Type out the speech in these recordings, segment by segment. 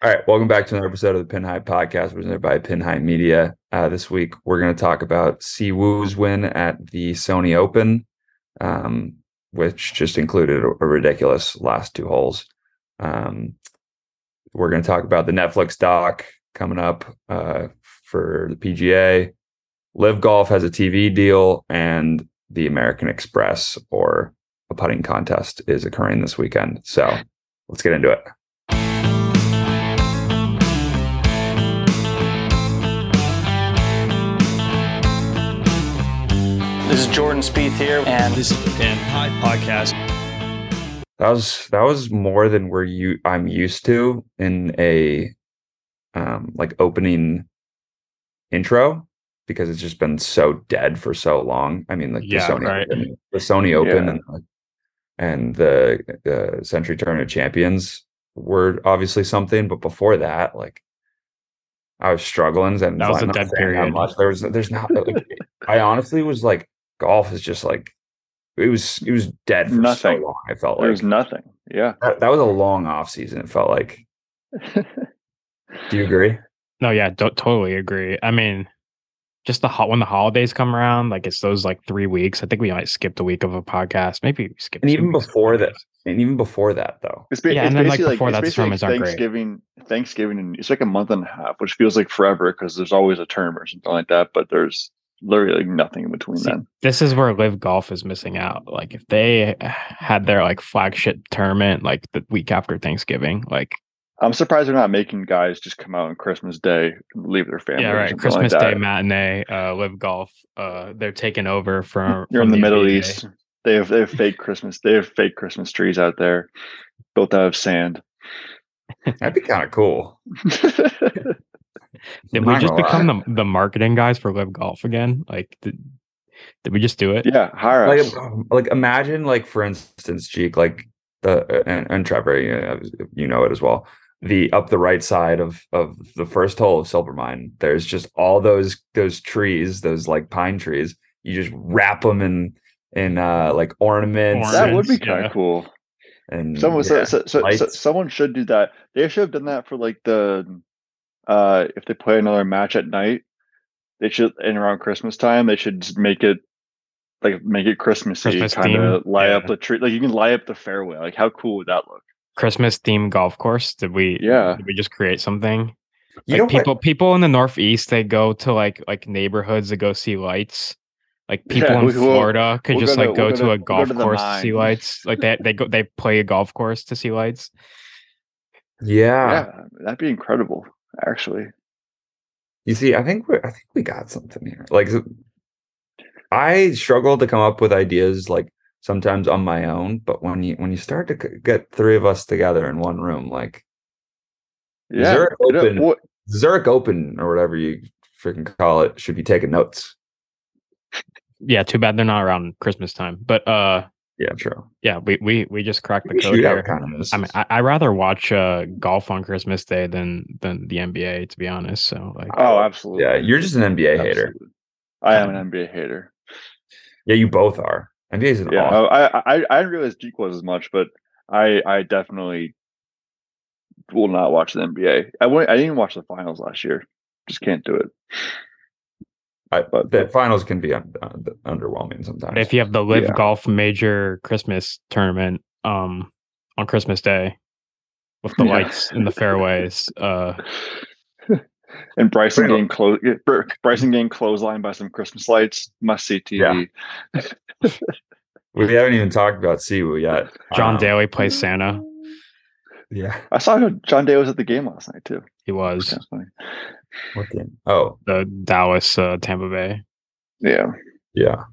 All right, welcome back to another episode of the Pin High Podcast, presented by Pin High Media. Uh, this week, we're going to talk about Si Wu's win at the Sony Open, um, which just included a, a ridiculous last two holes. Um, we're going to talk about the Netflix doc coming up uh, for the PGA. Live Golf has a TV deal, and the American Express or a putting contest is occurring this weekend. So let's get into it. This is Jordan Spieth here, and This is the Pin High Podcast. That was that was more than we're you I'm used to in a um like opening intro because it's just been so dead for so long. I mean like Yeah, the Sony right. Open, the Sony Open and the, and the the Century Tournament of Champions were obviously something, but before that, like I was struggling and it's That not- was a not dead saying how period. Much. There was there's not like, I honestly was like golf is just like it was it was dead for Nothing. so long. I felt like there's nothing. Yeah. that, that was a long off season. It felt like. Do you agree? No, yeah, do- totally agree. I mean, just the hot when the holidays come around, like it's those like three weeks. I think we might skip the week of a podcast. Maybe we skip. And two even weeks of before podcasts. And even before that, though, It's, ba- Yeah, it's and then, like, basically like, before it's that, the basically like tournaments aren't great. Thanksgiving, Thanksgiving, and it's like a month and a half, which feels like forever because there's always a term or something like that. But there's literally like nothing in between See, then. this is where Live Golf is missing out. Like if they had their like flagship tournament like the week after Thanksgiving, like I'm surprised they're not making guys just come out on Christmas Day, and leave their family. yeah, or right, something like Christmas Day that. matinee, uh, Live Golf, uh, they're taking over from. You're from in the Middle NBA. East. They have they have fake Christmas. They have fake Christmas trees out there, built out of sand. that'd be kind of cool. Did I'm we not just gonna become lie. the, the marketing guys for Live Golf again? Like, did, did we just do it? yeah, hire us. Like, um, like imagine, like for instance, Jeek, like the uh, and, and Trevor, you know, you know it as well. The up the right side of of the first hole of Silvermine, there's just all those those trees, those like pine trees. You just wrap them in in uh like ornaments. that would be Ornaments, kind yeah. of cool. and Someone, so- yeah. so, so, so, lights. someone should do that. They should have done that for like the, uh, if they play another match at night, they should and around Christmas time they should just make it, like make it Christmassy, Christmas kind of theme, lie up yeah. the tree. Like you can lie up the fairway. Like how cool would that look? Christmas themed golf course. Did we? Yeah. Did we just create something? you like know what? people, people in the Northeast, they go to like like neighborhoods to go see lights. Like Yeah, people in we- we'll- Florida could we'll just go to- like go we'll to, go to- a we'll go golf to the course to see mine. lights. Like they they go they play a golf course to see lights. yeah, yeah, that'd be incredible. Actually, You see, I think we I think we got something here. Like I struggle to come up with ideas like sometimes on my own, but when you when you start to c- get three of us together in one room, like yeah. Zurich it- Open. what- Zurich Open or whatever you freaking call it, should be taking notes. Yeah. Too bad they're not around Christmas time. But uh, Yeah, true. yeah, we we we just cracked the Maybe code Shootout here. kind of is. I mean, I I rather watch uh golf on Christmas Day than than the NBA to be honest. So like, oh, absolutely. yeah, you're just an NBA hater. Absolutely. I am an NBA hater. Yeah, you both are. NBA is an Yeah, awesome. I, I I I didn't realize Deke was as much, but I I definitely will not watch the NBA. I went, I didn't watch the finals last year. Just can't do it. I, but- the finals can be un- un- underwhelming sometimes. But if you have the live Yeah. golf major Christmas tournament um on Christmas Day with the Yeah. lights in the fairways, uh And Bryson Pretty- getting close, Bryson getting clotheslined by some Christmas lights. Must see TV. we haven't even talked about Siwoo yet. John Um, Daly plays Santa. Yeah. I saw John Day was at the game last night too. He Which was was funny. What game? Oh, the Dallas uh, Tampa Bay. Yeah, Yeah.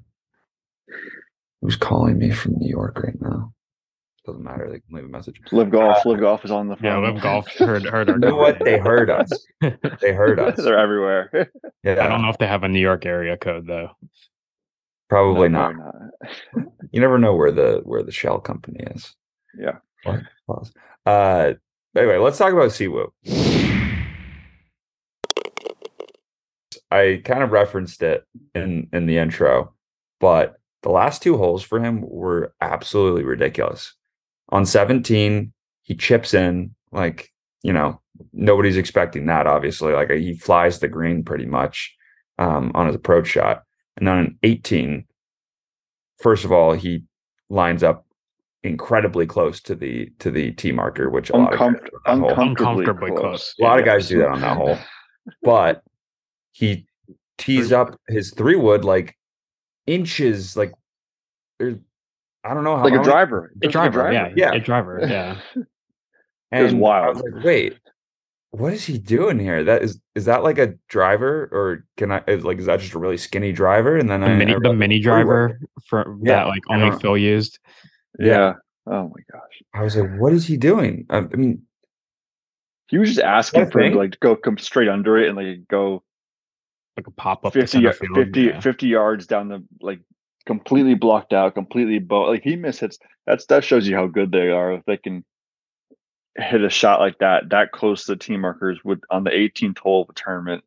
Who's calling me from New York right now? Doesn't matter. They can leave a message. Uh, live golf. live golf is on the Yeah, phone. live golf heard heard our You know what? They conversation. heard us. They heard us. They're everywhere. Yeah, I don't know if they have a New York area code though. Probably No, not. they're You never know where the where the shell company is. Yeah. Or- pause. Uh, anyway, let's talk about Siwoo. I kind of referenced it in in the intro, but the last two holes for him were absolutely ridiculous. On 17, he chips in like, you know, nobody's expecting that, obviously. Like he flies the green pretty much um, on his approach shot. And then on 18, first of all, he lines up incredibly close to the to the tee marker, which a lot of guys do Uncomfort- on that hole. Uncomfortably uncomfortably close. close. A lot of guys do that on that hole. But he tees Three up his three wood like inches, like there's I don't know how like how a many- driver. A Just like driver, yeah, Yeah. a driver, yeah. It was And I wild. was like, wait, what is he doing here? That is is that like a driver or can I is like is that just a really skinny driver? And then The I, mini, I the realized- mini driver for Yeah, that like I only don't- Phil used. Yeah. Oh my gosh. I was like, what is he doing? I, I mean, He was just asking That for him to thing? like to go come straight under it and like go Like a pop up 50, center ya- field. 50, yeah. 50 yards down the like completely blocked out, completely bo like he miss hits. That's that shows you how good they are. If they can hit a shot like that, that close to the team markers with on the 18th hole of the tournament,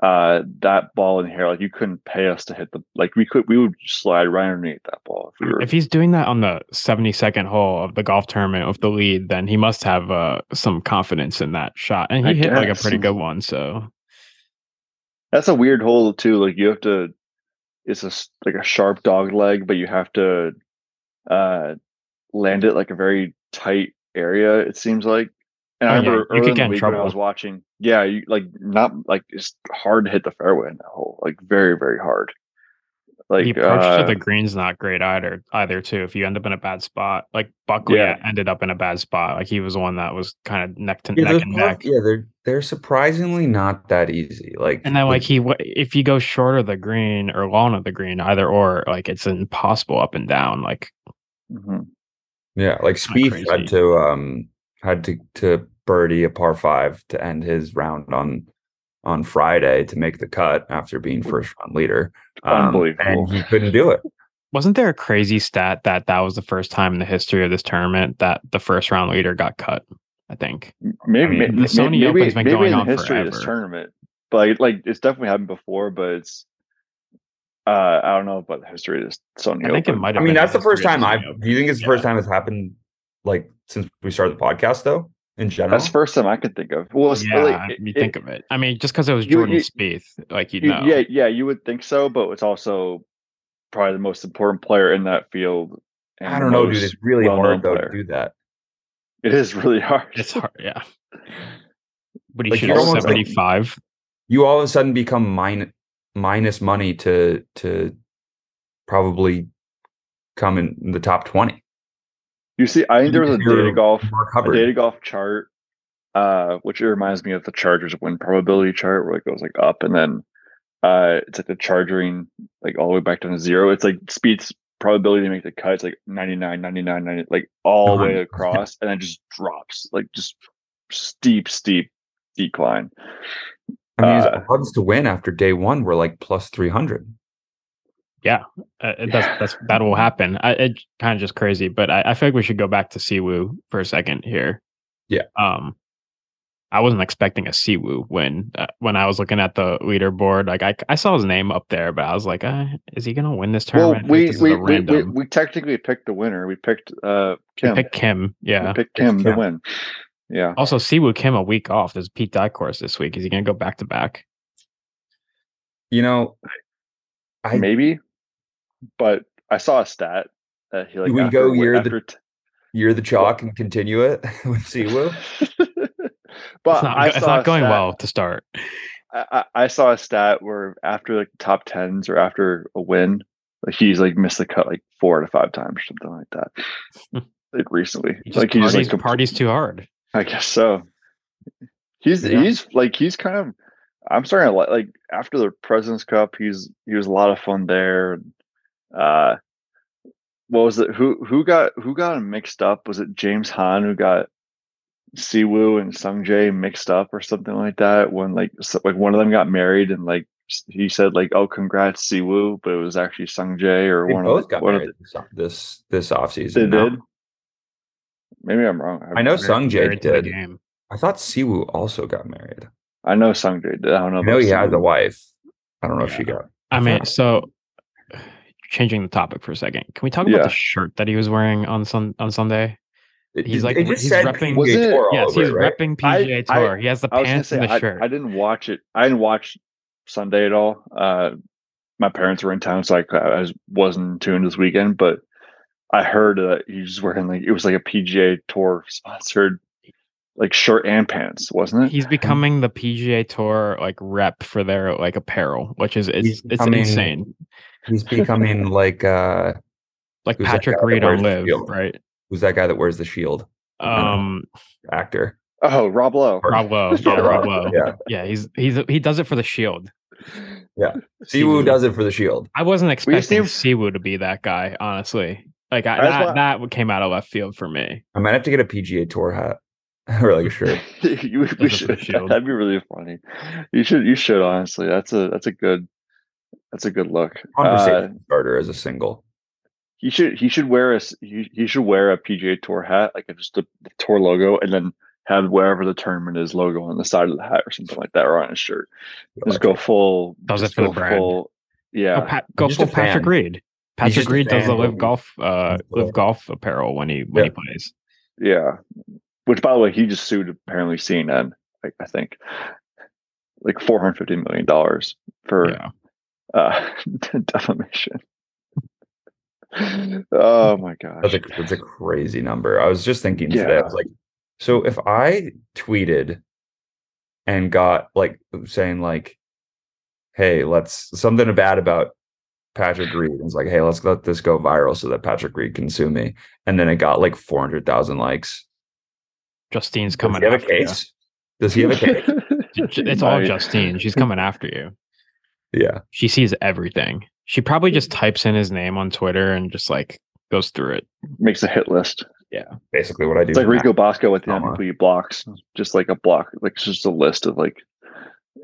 uh that ball in here, like you couldn't pay us to hit the like we could we would slide right underneath that ball if we were If he's doing that on the 72nd hole of the golf tournament with the lead, then he must have uh, some confidence in that shot. And he I hit like a guess. pretty good one. So That's a weird hole too. Like you have to, it's a s- like a sharp dog leg, but you have to uh land it like a very tight area. It seems like. And Oh, I yeah, remember you could early in get the in week when I trouble. was watching. Yeah, you like not like it's hard to hit the fairway in that hole. Like very very hard. Like the approach uh, to the green's not great either, either too. If you end up in a bad spot, like Buckley Yeah. ended up in a bad spot. Like he was the one that was kind of neck to yeah, neck those and par- neck. yeah, they're they're surprisingly not that easy. Like And then like he, wa- if you go short of the green or long of the green, either or, like it's impossible up and down. Like mhm. yeah, like kinda Spieth crazy. had to um had to to birdie a par five to end his round on on Friday to make the cut after being first round leader. Um, Unbelievable. and he couldn't do it. wasn't there a crazy stat that that was the first time in the history of this tournament that the first round leader got cut? I think. maybe mean, may- the may- Sony maybe, Open's been maybe going in the on history of this forever. tournament, but like, like it's definitely happened before. But it's uh, I don't know about the history of this Sony I think it Open. might I have. mean, been that's the first history of time I. Sony Open. Do you think it's the first time it's happened like since we started the podcast though? In general, That's the first time I could think of. Well, it's Yeah, like, I- it- you it- think of it. I mean, just because it was You- Jordan you- Spieth, like you you- know, yeah, yeah, you would think so, but it's also probably the most important player in that field. and I the don't know, dude. most It's really well-known hard though player. to do that. It is really hard. it's hard. Yeah, but he Like, should you're shoots almost like- seventy five. You all of a sudden become min- minus money to to probably come in the top twenty. You see, I think there was a You're data golf, Mark a Hubbard. data golf chart, uh, which it reminds me of the Chargers win probability chart, where it goes like up and then uh, it's like the charging like all the way back down to zero. It's like speeds probability to make the cut. It's like 99, 99, 90, like all the way Gone. across, and then just drops like just steep, steep decline. I mean, his uh, odds to win after day one were like plus three hundred. Uh, it- that's, that's that will happen. I, it kind of just crazy, but I, I feel like we should go back to Siwoo for a second here. Yeah. Um, I wasn't expecting a Siwoo when uh, when I was looking at the leaderboard. Like I, I saw his name up there, but I was like, uh, is he gonna win this tournament? Like, Well, we this is we, a we, we random. we technically picked the winner. We picked uh We Kim. pick Kim. We Yeah. picked Kim to Kim. win. Yeah. Also, Siwoo Kim a week off. There's Pete Dykors this week. Is he gonna go back to back? You know, I- maybe, but I saw a stat that he like Do we after go a win- year the- after t- you're the chalk and continue it with Siwoo. but it's not, I go- it's saw not a going stat- well to start. I, I I saw a stat where after like top tens or after a win, like he's like missed the cut like four out of five times or something like that. like recently, Hmm. He just like he's parties, like comp- parties too hard. I guess so. He's Yeah. he's like he's kind of. I'm starting to like like after the Presidents Cup, he's he was a lot of fun there. Uh, what was it? Who who got who got him mixed up? Was it James Han who got Siwoo and Sungjae mixed up or something like that? When like so, like one of them got married and like s- he said like oh congrats Siwoo, but it was actually Sungjae or They one both of the, got one of married this this this offseason. the, they now. did. Maybe I'm wrong. I know Sung Jae Married to the did. game. I thought Siwoo also got married. I know Sungjae did. I don't know. I know about he had Oh, Siwoo. a wife. I don't know if she got. I mean, thought- so changing the topic for a second, can we talk about Yeah. the shirt that he was wearing on sun on Sunday? He's like They just he's said repping. PGA Wasn't it- Tour all Yes, over he's it, right? repping I- PGA I- Tour. he has the I was gonna pants say and the I, shirt. I didn't watch it. I didn't watch Sunday at all. Uh, my parents were in town, so I, I was, wasn't in tune this weekend. But I heard that he was wearing like it was like a PGA Tour sponsored like shirt and pants, wasn't it? he's becoming the PGA Tour like rep for their like apparel, which is it's He's it's becoming- insane. He's becoming like uh Like who's that Patrick guy that Reed on wears the Live, shield? right? who's that guy that wears the shield Uh, Um, actor? Oh, Rob Lowe. or- Rob Lowe, yeah, Yeah, Rob Rob, Lowe, yeah. yeah. He's he's he does it for the Shield. Siwoo does it for the shield. I wasn't We just expecting need- Siwoo to be that guy, honestly. Like I, I just that, want- that came out of left field for me. I might have to get a PGA tour hat or like a shirt. you, we for the should, shield. that'd be really funny. You should you should honestly. That's a that's a good that's a good look. Uh, Conversation starter as a single. He should he should wear a s- he, he should wear a PGA Tour hat, like just the, the tour logo, and then have wherever the tournament is logo on the side of the hat or something like that, or on his shirt. Just go full. Does it just for the go brand. full- Oh, yeah, Pat, go just a for Patrick fan. Reed. Patrick just a Reed does fan. the live golf, uh, He's the- live golf apparel when he when Yeah. he plays. yeah. Which, by the way, he just sued apparently CNN. I, I think like four hundred fifty million dollars for Yeah. uh, defamation. oh my gosh! That's a that's a crazy number. I was just thinking today. Yeah. I was like, so if I tweeted and got like saying like, hey, let's something bad about Patrick Reed. and It's like, hey, let's let this go viral so that Patrick Reed can sue me. And then it got like four hundred thousand likes. Justine's Does coming he have a after you. case? Does he have a case? It's all Right. Justine. She's coming after you. yeah. She sees everything. She probably just types in his name on Twitter and just like goes through it. makes a hit list. Basically what I do. It's like now. Rico Bosco with the Comma. Amicui blocks, just like a block, like it's just a list of like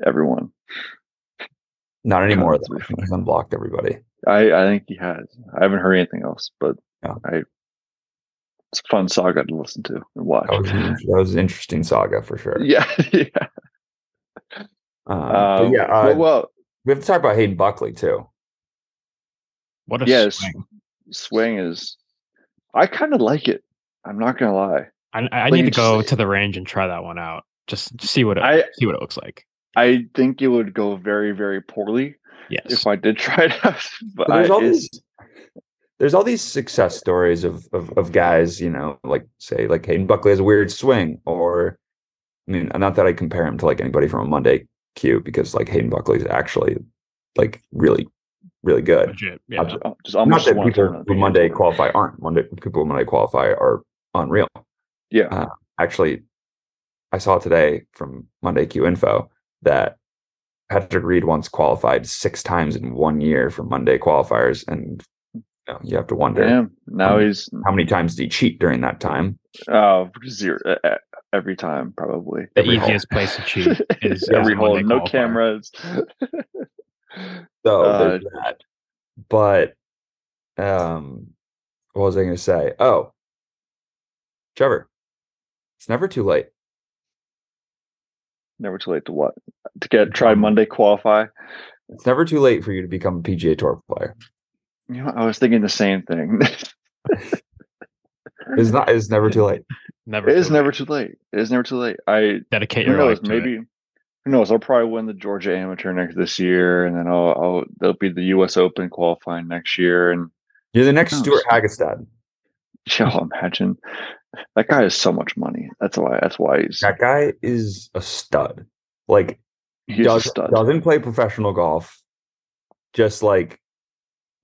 everyone. Not anymore. that's though. pretty funny. He's unblocked everybody. I I think he has. I haven't heard anything else, but Yeah. I it's a fun saga to listen to and watch. That was, an, that was an interesting saga for sure. Yeah, yeah. Um, but Um, yeah. uh, well, well, we have to talk about Hayden Buckley too. What a Yes. swing. swing is. I kind of like it. I'm not gonna lie. I, I need Like, to you just- go to the range and try that one out. Just see what it, I- see what it looks like. I think it would go very, very poorly Yes. if I did try it out. But But there's I, all it's- these there's all these success stories of, of of guys, you know, like say like Hayden Buckley has a weird swing, or I mean, not that I compare him to like anybody from a Monday queue because like Hayden Buckley's actually like really really good. Legit. Yeah. Absolutely. Oh, just almost not that one people who Monday qualify aren't Monday people who Monday qualify are unreal. Yeah. uh, actually, I saw today from Monday Q Info that Patrick Reed once qualified six times in one year for Monday qualifiers, and you, know, you have to wonder Damn. Now Um, he's how many times did he cheat during that time? Oh, zero uh, uh, every time, probably. The every hole. easiest place to cheat is every is hole, Monday no qualifier. cameras. So Uh, there's that. But um, what was I going to say? Oh, Trevor, it's never too late. Never too late to what to get try Mm-hmm. Monday qualify. It's never too late for you to become a PGA Tour player. You know, I was thinking the same thing. It's not. It's never too late. Never. it is too never late. too late. It is never too late. I dedicate who your life knows? to it. Maybe who knows? I'll probably win the Georgia Amateur next this year, and then I'll, I'll there'll be the U.S. Open qualifying next year, and You're the next knows? Stuart Hagestad. yeah, imagine that guy has so much money. That's why. That's why he's That guy is a stud. Like he's a does, stud. doesn't play professional golf. Just like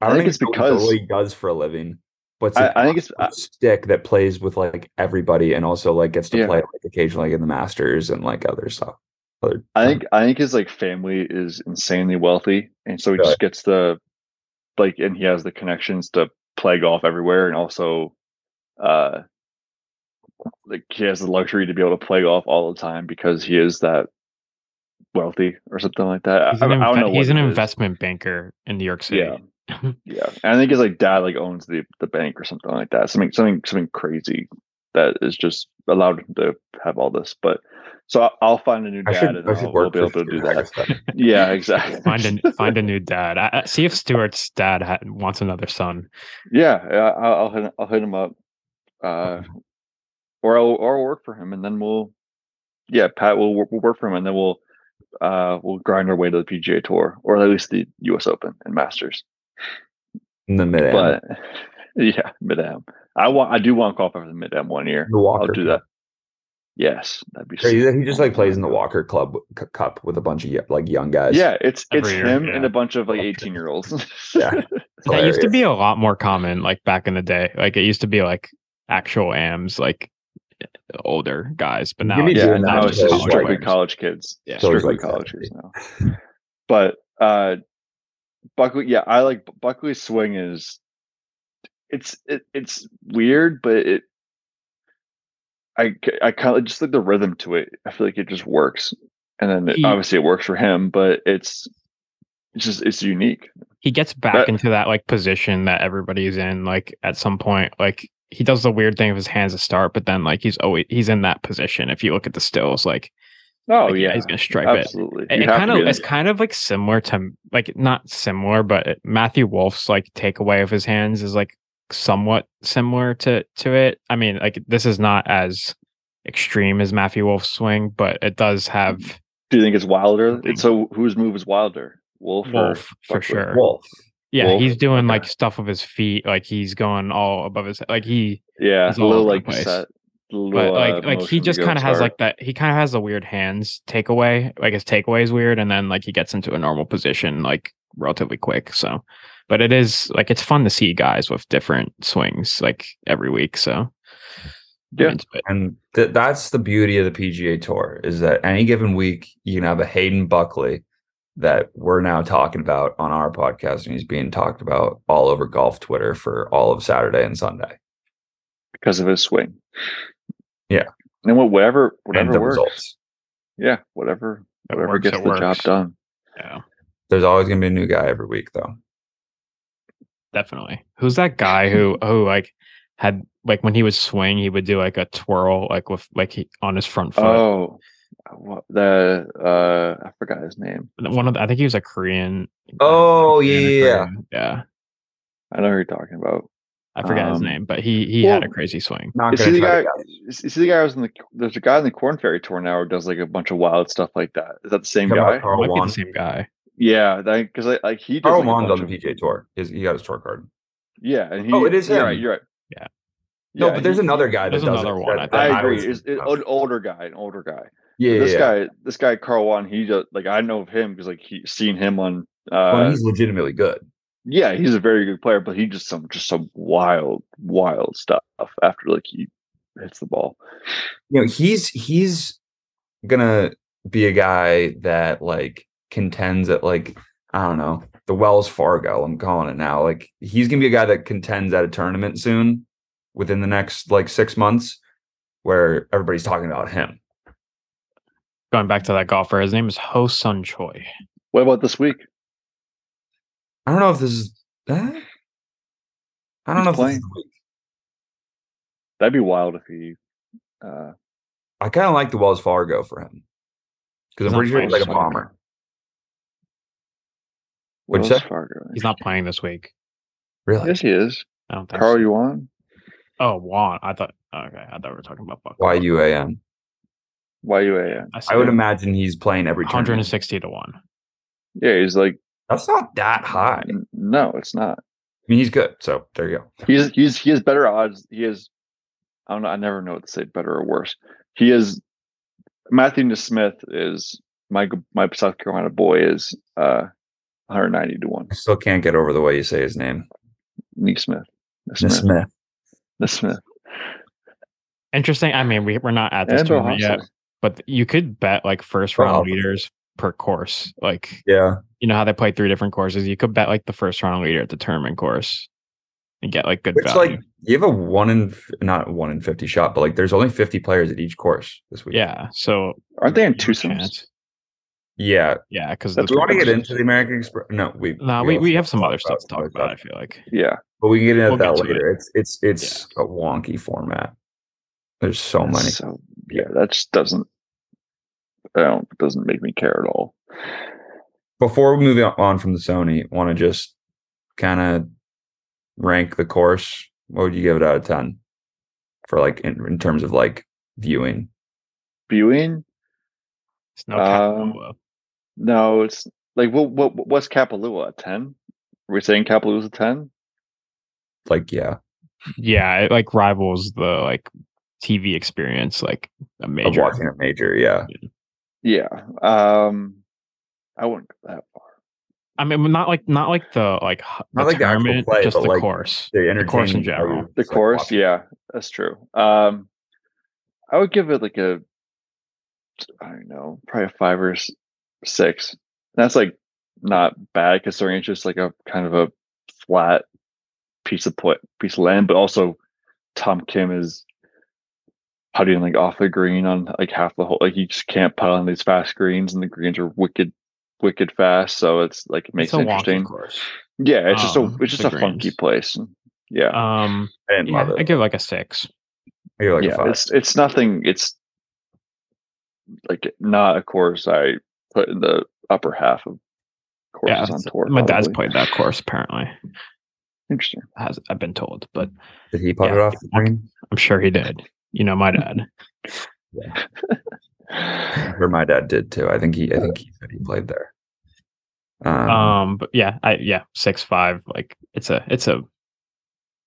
I, I don't think even it's know what because- he does for a living. But I, I think it's I- stick that plays with like everybody and also like gets to Yeah. play like occasionally in the Masters and like other stuff. Other I think I think his like family is insanely wealthy, and so he Really? just gets the like, and he has the connections to play golf everywhere, and also, uh, like he has the luxury to be able to play golf all the time because he is that wealthy or something like that. He's I, an, I don't inve- know. he's what an it is. investment banker in New York City. Yeah. Yeah, and I think his like dad like owns the the bank or something like that. Something something something crazy that is just allowed him to have all this. But so I- I'll find a new I dad, should, and I should I'll, we'll work be for able to do Stuart that. Hagestad. Yeah, exactly. find a find a new dad. I, I- see if Stewart's dad ha- wants another son. Yeah, I- I'll I'll hit, I'll hit him up. Uh, or I'll or I'll work for him, and then we'll, yeah, Pat will we'll work for him, and then we'll uh we'll grind our way to the PGA Tour or at least the U.S. Open and Masters. in the mid But yeah, mid am. I want I do want to qualify for the mid am one year. the Walker. I'll do that. Yes, that'd be Crazy sick. that he just like plays in the Walker Club c- Cup with a bunch of y- like young guys. Yeah, it's it's Every year, him and yeah. a bunch of like eighteen year olds. Yeah. That used to be a lot more common, like back in the day. Like it used to be like actual AMs, like older guys, but Give now me it's, yeah, and now now it's it's just college strictly players. college kids. Yeah. So it's strictly like college that. kids now. But uh Buckley, yeah, I like Buckley's swing is it's it, it's weird, but it I c- I kind of just like the rhythm to it. I feel like it just works, and then it, He- obviously it works for him, but it's it's just it's unique. he gets back That- into that like position that everybody's in like at some point like he does the weird thing of his hands to start but then like he's always he's in that position if you look at the stills like Oh like, yeah, he's gonna strike it absolutely. it, You it have to kind be of in it's it. kind of like similar to like not similar but it- matthew wolf's like takeaway of his hands is like somewhat similar to to it i mean like this is not as extreme as matthew wolf's swing but it does have Do you think it's wilder? It's so whose move is wilder? Mm-hmm. Wolf. or wolf for Buckley? sure Wolf. Yeah, Wolf? he's doing like Okay. stuff with his feet, like he's going all above his like he Yeah, He's a all little over the like place. set. Little, but uh, like like he motion to just go kind of has start. like that he kind of has the weird hands takeaway, like his takeaway is weird and then like he gets into a normal position like relatively quick. So, but it is like it's fun to see guys with different swings like every week, so Yeah. I'm into it. And th- that's the beauty of the PGA Tour is that any given week you can have a Hayden Buckley that we're now talking about on our podcast, and he's being talked about all over golf Twitter for all of Saturday and Sunday. because of his swing. Yeah. and what whatever and whatever the works. results. Yeah, whatever It whatever works, gets it the job works. done. Yeah, There's always going to be a new guy every week, though. definitely. Who's that guy who who like had like when he would swing, he would do like a twirl like with like he, on his front foot. Oh, what, the uh, I forgot his name. one of the, I think he was a Korean. uh, Oh, Korean or yeah, yeah, yeah. Korean. yeah. I know who you're talking about. I forgot his Um, name, but he he had a well, crazy swing. Not Is gonna he the try to guy? guess. Is, is he the guy who's in the? There's a guy in the Corn Ferry tour now who does like a bunch of wild stuff like that. Is that the same Talking about guy? Carl Might be Wan. the same guy. Yeah, because like, like he does. Carl like, a Wan's bunch on the of- PGA Tour. He's, he got his tour card. Yeah, and he. Oh, it is You're right. him. You're right. Yeah. No, Yeah, but there's he- another guy that There's does another it. one, That- I that I think. agree. was- Is an older guy? An older guy. yeah, this yeah, yeah. guy, this guy Carl Wan, he just like I know of him because like he seen him on. Uh, Well, he's legitimately good. yeah, he's a very good player, but he just some just some wild, wild stuff after like he hits the ball. you know he's he's gonna be a guy that like contends at like i don't know the wells fargo i'm calling it now like he's gonna be a guy that contends at a tournament soon within the next like six months where everybody's talking about him Going back to that golfer, his name is Ho Sun Choi. What about this week? i don't know if this is eh? i don't He's know if this playing. is the week. That'd be wild if he. Uh, i kind of like the wells fargo for him because He's i'm not pretty sure he's playing like a this week. bomber What'd you Wells say? Fargo. He's not playing this week. really Yes, he is. I don't think. Carl so. Yuan. Oh, Juan. I thought. Okay, I thought we were talking about Buck. y-u-a-n YUAN. i would imagine he's playing every tournament 160 to one. Yeah, he's like that's not that high n- no, it's not. I mean, he's good. So there you go. He's he's he has better odds. He is. I don't know. I never know what to say, better or worse. He is. Matthew Smith is my g- my South Carolina boy is uh 190 to one. I still can't get over the way you say his name. Neesmith. Smith. Smith. Smith. Interesting. I mean, we we're not at this And Bo tournament yet, Hobson. but you could bet like first round Wow. leaders per course. Like Yeah. you know how they play three different courses. You could bet like the first round leader at the tournament course and get like good It's value. like you have a one in f- not one in fifty shot, but like there's only fifty players at each course this week. yeah. So Aren't they in you have a twosomes? chance. Yeah. Yeah, because Do we want to get into the American Express? No, we No, we, we have some talk other stuff to talk other about. I stuff. feel like Yeah. But we can get into We'll that get to later. It's it's it's a wonky format. There's Oh, so that's many. So yeah, that just doesn't. I don't doesn't make me care at all. Before we move on from the Sony, want to just kind of rank the course. What would you give it out of ten? for like in, in terms of like viewing? Viewing? It's no Um, Kapalua. No, it's like what what what's Kapalua? A ten? Are we saying Kapalua's a ten? Like, yeah, Yeah, it like rivals the like TV experience, like a of major. watching a major. Yeah, Yeah. Um I wouldn't go that far. I mean, not like not like the like h- Not the like the actual tournament, play, just but, the like, course. the course in entertainment value general. is, The like, course, watching. yeah, that's true. Um I would give it like a I don't know, probably a five or s- six. That's like not bad considering it's just like a kind of a flat piece of pla piece of land, but also Tom Kim is putting like off the green on like half the hole. Like you just can't putt on these fast greens, and the greens are wicked, wicked fast. So it's like it makes it's a it wonky interesting. course. Yeah, it's just a Um, it's just the a funky greens. place. Yeah, Um, I didn't yeah, love I it. give like a six. I give it like a yeah, five. it's it's nothing. It's like not a course I put in the upper half of courses Yeah, on it's- tour. my dad's probably. played that course apparently. Interesting. Has I've been told, but Did he putt yeah. it off the green? I'm sure he did. You know, my dad. Or my dad did too. I think he. I think he said he played there. Um, Um, but yeah, I yeah six five. Like it's a it's a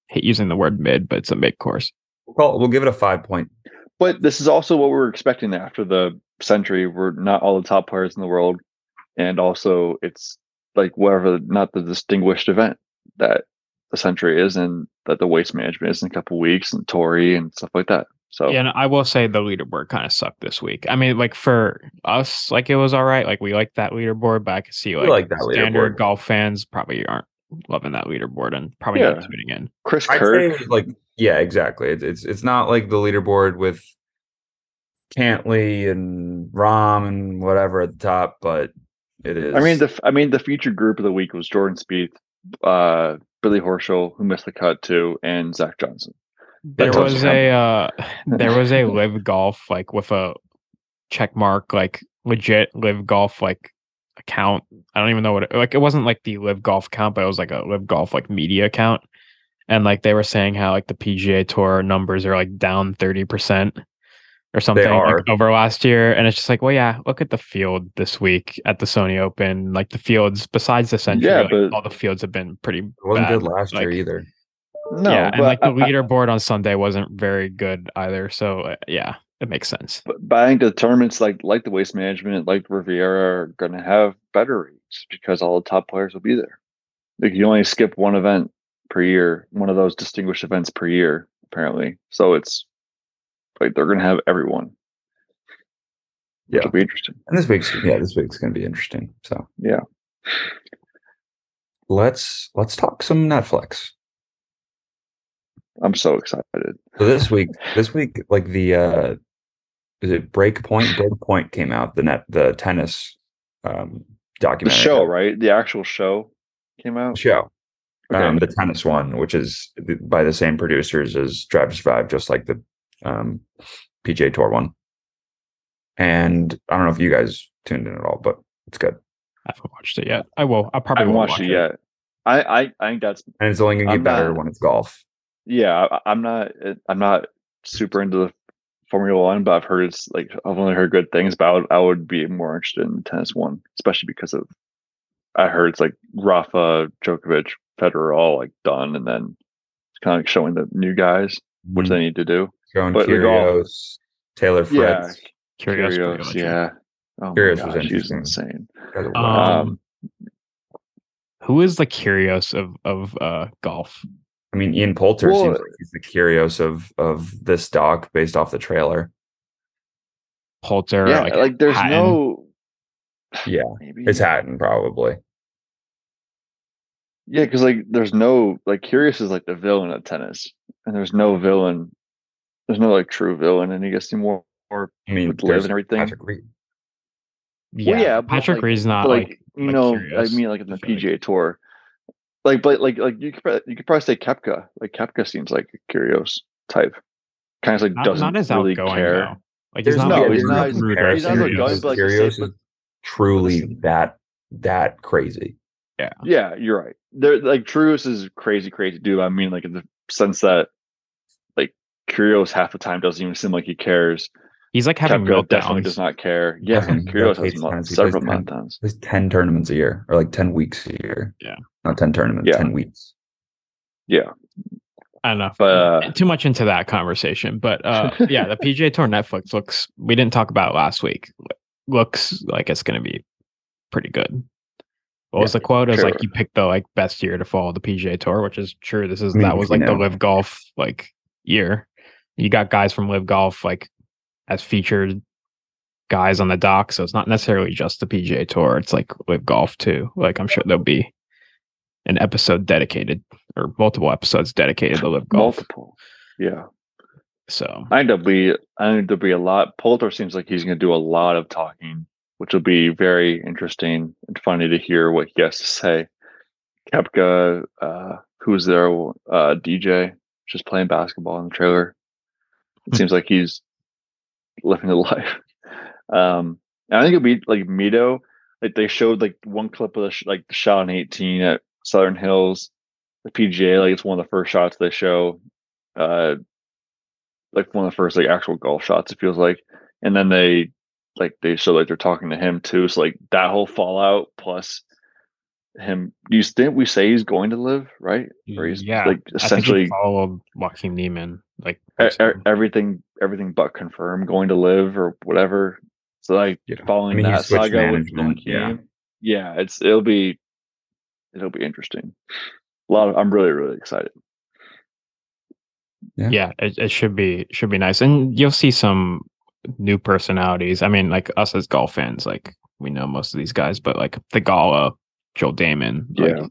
hate using the word mid, but it's a mid course. we'll, call, we'll give it a five point. But this is also what we were expecting after the century. We're not all the top players in the world, and also it's like whatever, not the distinguished event that the century is, and that the waste management is in a couple weeks, and Tory and stuff like that. So Yeah, and I will say the leaderboard kind of sucked this week. I mean, like for us, like it was all right. Like we liked that leaderboard, but I could see like, like that standard leaderboard. golf fans probably aren't loving that leaderboard and probably Yeah. not tuning in. Chris I'd say Kirk, it was like yeah, exactly. It's it's it's not like the leaderboard with Cantley and Rom and whatever at the top, but it is. I mean the I mean the featured group of the week was Jordan Spieth, uh, Billy Horschel, who missed the cut too, and Zach Johnson. There tells was you a uh, there was a live golf like with a check mark like legit live golf like account. I don't even know what it, like it wasn't like the live golf account, but it was like a live golf like media account. And like they were saying how like the PGA tour numbers are like down 30% or something are. like, over last year. And it's just like, well, yeah, look at the field this week at the Sony Open. Like the fields besides the century, Yeah, like, but- all the fields have been pretty it wasn't bad. good last year like- either. No, yeah, but and like the I- I- leaderboard on Sunday wasn't very good either. So uh, yeah, it makes sense. but, but I think the tournaments like like the waste management, like Riviera, are going to have better rates because all the top players will be there. Like you only skip one event per year, one of those distinguished events per year, apparently. So it's like they're going to have everyone. Which Yeah. will be interesting. And this week's yeah, this week's gonna be interesting. So Yeah. let's let's talk some Netflix. I'm so excited. So this week, this week, like the uh is it Breakpoint? Breakpoint came out the net the tennis um The documentary show, right? The actual show came The out. show. Okay. um, the tennis one, which is by the same producers as Drive to Survive, just like the um, PJ Tour one. And I don't know if you guys tuned in at all, but it's good, I haven't watched it yet. I will. I I probably haven't will watched watch it yet. I, I, I think that's and it's only going to get I'm better not- when it's golf. yeah I, i'm not eh, i'm not super into the formula one but i've heard it's like i've only heard good things but i would, I would be more interested in tennis one especially because of i heard it's like rafa djokovic federer all like done and then it's kind of like showing the new guys which Mm-hmm. they need to do Going but the golf- Curios, Taylor yeah Fritz. Curious, Kyrgios, yeah oh my Kyrgios was gosh, he's interesting. insane guys are Um, wild. Who is the curious of of uh, golf? I mean, Ian Poulter well- seems like he's the Curios of of this doc based off the trailer. Poulter. yeah like, like, there's Hatton. no Yeah, maybe It's Hatton, probably. Yeah, because like there's no like Curious is like the villain of tennis, and there's no Mm-hmm. villain, there's no like true villain, and he gets to more, more I mean, with live there's and everything. Patrick Reed. Yeah, yeah, but, Patrick like- Reed's not but like, like, you like know, Kyrgios, I mean, like in the I feel like. PGA Tour, like but like like you could prob- you could probably say Kepka, like Kepka seems like a Curious type, kind of like not, doesn't not as really outgoing. care. though. Like There's he's not. no- like he's not- Ruud or he's not Kyrgios. outgoing, but like you Kyrgios say, is but- truly that that crazy. Yeah, you're right. They're like Truist is crazy, crazy dude. I mean, like in the sense that like Curios half the time doesn't even seem like he cares. He's like having Kepka definitely meltdowns. does not care. Yeah, Yeah, he Curios rotates has mel- times, he plays several times. meltdowns. There's 10 tournaments a year or like 10 weeks a year. Yeah. Not 10 tournaments, Yeah. 10 weeks. Yeah, I don't know. but uh, Too much into that conversation, but uh, yeah, the PGA Tour Netflix looks. We didn't talk about it last week. Looks like it's going to be pretty good. What was the quote? It was sure. like you picked the like best year to follow the PGA Tour, which is true. This is I mean, that was you like the know. Live Golf like year. You got guys from Live Golf like as featured guys on the dock, so it's not necessarily just the PGA Tour. It's like Live Golf too. Like I'm sure there'll be an episode dedicated or multiple episodes dedicated to Live Golf. multiple. Yeah, So I need to be. I need to be a lot. Poulter seems like he's going to do a lot of talking, which will be very interesting and funny to hear what he has to say. Kepka, uh, who's there, uh, DJ, just playing basketball in the trailer. It Hmm. seems like he's living the life. Um, and I think it'll be like Mito. Like they showed like one clip of the sh- like the shot on 18 at Southern Hills, the PGA. Like it's one of the first shots they show. Uh, like one of the first like actual golf shots. It feels like, and then they like they show like they're talking to him too. So like that whole fallout plus him. You didn't we say he's going to live right? Or he's Mm, yeah, like essentially follow Joaquin Neiman. Like e- recently. e- everything everything but confirm going to live or whatever. So like Yeah. following I mean, he that switched saga with management, yeah. Joaquin, yeah, it's it'll be it'll be interesting. A lot of I'm really really excited. yeah, it, it should be should be nice, and you'll see some new personalities. I mean, like us as golf fans, like we know most of these guys, but like the Gala, Joel Damon, like, Yeah.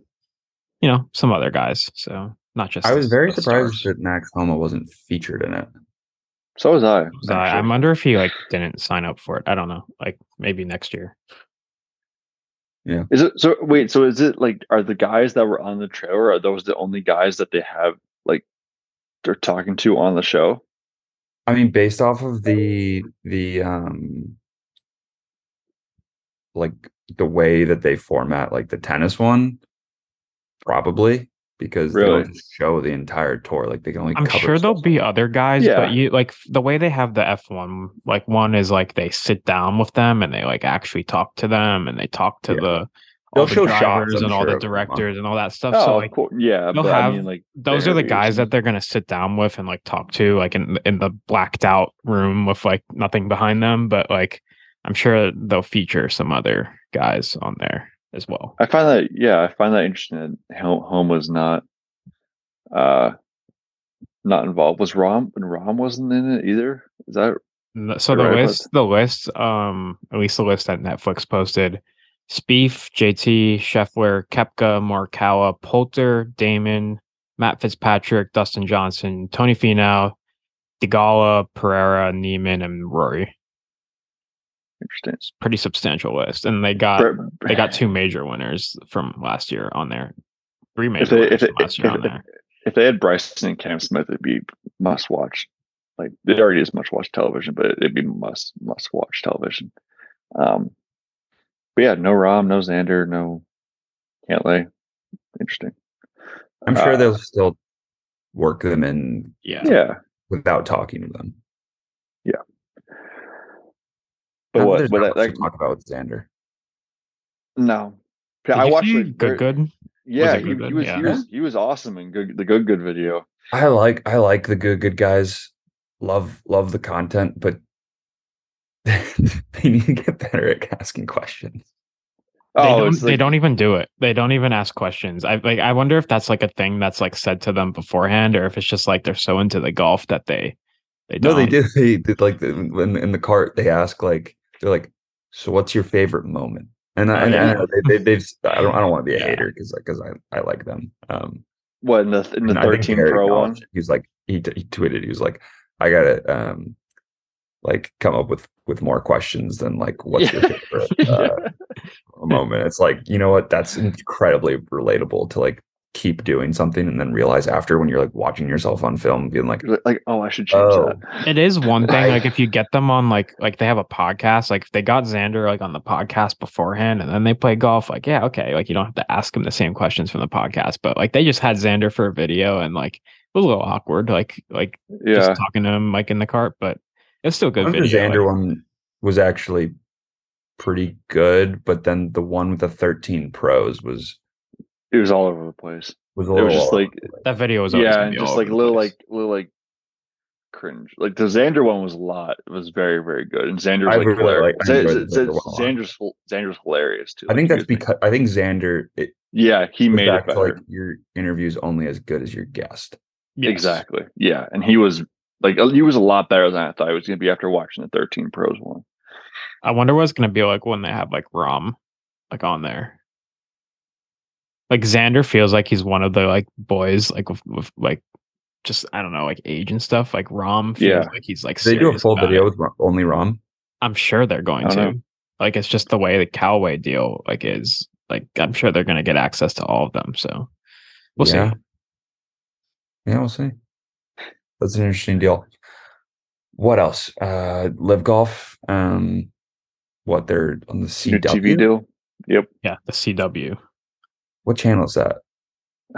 you know, some other guys. So not just I was the- very the surprised stars. that Max Homa wasn't featured in it. So was I. So I, I actually. wonder if he like didn't sign up for it. I don't know. Like maybe next year. Is it so? Wait, so is it like are the guys that were on the trailer are those the only guys that they have like they're talking to on the show? I mean, based off of the the um like the way that they format like the tennis one, probably because they Really? don't just show the entire tour. Like they can only I'm cover sure there'll so- be other guys, Yeah. but you like f- the way they have the F1. Like one is like they sit down with them and they like actually talk to them and they talk to Yeah. the They'll all the show shots, drivers I'm and all sure, the of them, huh? directors and all that stuff. Oh, so of like course, yeah, they'll but I have mean, like those are the interviews guys that and- they're gonna sit down with and like talk to, like in in the blacked out room with like nothing behind them. But like I'm sure they'll feature some other guys on there as well. I find that yeah, I find that interesting. That Hel- Home was not, uh, not involved. Was Rom and Rom wasn't in it either? Is that N- So the Right, but- list, the list, um, at least the list that Netflix posted: Spieth, JT, Scheffler, Kepka, Morikawa, Poulter, Damon, Matt Fitzpatrick, Dustin Johnson, Tony Finau, DeGala, Pereira, Neiman, and Rory. interesting? It's a pretty substantial list, and they got Brett- Uh, they got two major winners from last year on there, three major they- winners if they- from last year if on they- there. If they had Bryson and Cam Smith, it'd be must watch. Like it already is much watch television, but it'd be must must watch television. Um, but yeah, no Rom, no Xander, no Cantlay. Interesting. I'm sure uh, they'll still work them in Yeah, Yeah, without talking to them. but Not that what? there's But not that, much to that- talk about with Xander. no. Did I you watched see good, like, very- good. Yeah, it he, Good he Good? was Yeah. he was he was awesome in good the good good video. I like I like the good good guys. Love love the content, but they need to get better at asking questions. they, Oh, don't, it's they like, don't even do it. They don't even ask questions. I like. I wonder if that's like a thing that's like said to them beforehand, or if it's just like they're so into the golf that they they No, don't. they Um, did. They did like the, in, in the cart. They ask like they're like, "So what's your favorite moment?" And I, Oh, and, yeah. I know they, they, they've. I don't. I don't want to be a Yeah. hater because because I, I like them. Um, what in the in the and I think thirteen Gary pro one. acknowledged it. He was like he, t- he tweeted. He was like, "I gotta um, like come up with with more questions than like what's your Yeah. favorite uh, moment." It's like you know what? That's incredibly relatable to like keep doing something and then realize after when you're like watching yourself on film being like Like, like, oh, I should change Oh. that. It is one thing. I- Like if you get them on like like they have a podcast. Like if they got Xander like on the podcast beforehand, and then they play golf. Like yeah, okay. Like you don't have to ask them the same questions from the podcast, but like they just had Xander for a video, and like was a little awkward, like like Yeah. just talking to him like in the cart, but it's still good The video. Xander like- one was actually pretty good, but then the one with the 13 pros was It was all over the place. was a was little just all over like- the place. that video was always yeah, gonna and be just all like over the little place. like little like cringe. Like the Xander one was a lot. It was very very good, and Xander was I like really hilarious. like- I Z- enjoyed Z- Xander one a lot. Xander's hil- Xander's hilarious too. I Like, think he that's was- because I think Xander it yeah, he goes made it back to, better. like your interview's only as good as your guest. Yes. Exactly. Yeah, and he was like uh, he was a lot better than I thought he was going to be after watching the 13 pros one. I wonder what it's gonna be like when they have like Rom like on there. Like Xander feels like he's one of the like boys like with, with like just I don't know like age and stuff. Like Rom feels Yeah. like he's like They do a serious full about it. video with Ro- only Rom. I'm sure they're going I to. don't Like it's just the way the Callaway deal like is. Like I'm sure they're gonna get access to all of them. So we'll yeah. see. Yeah, we'll see. That's an interesting deal. What else? Uh Live Golf. Um what they're on the New TV CW. deal. Yep, Yeah, the CW. What channel is that?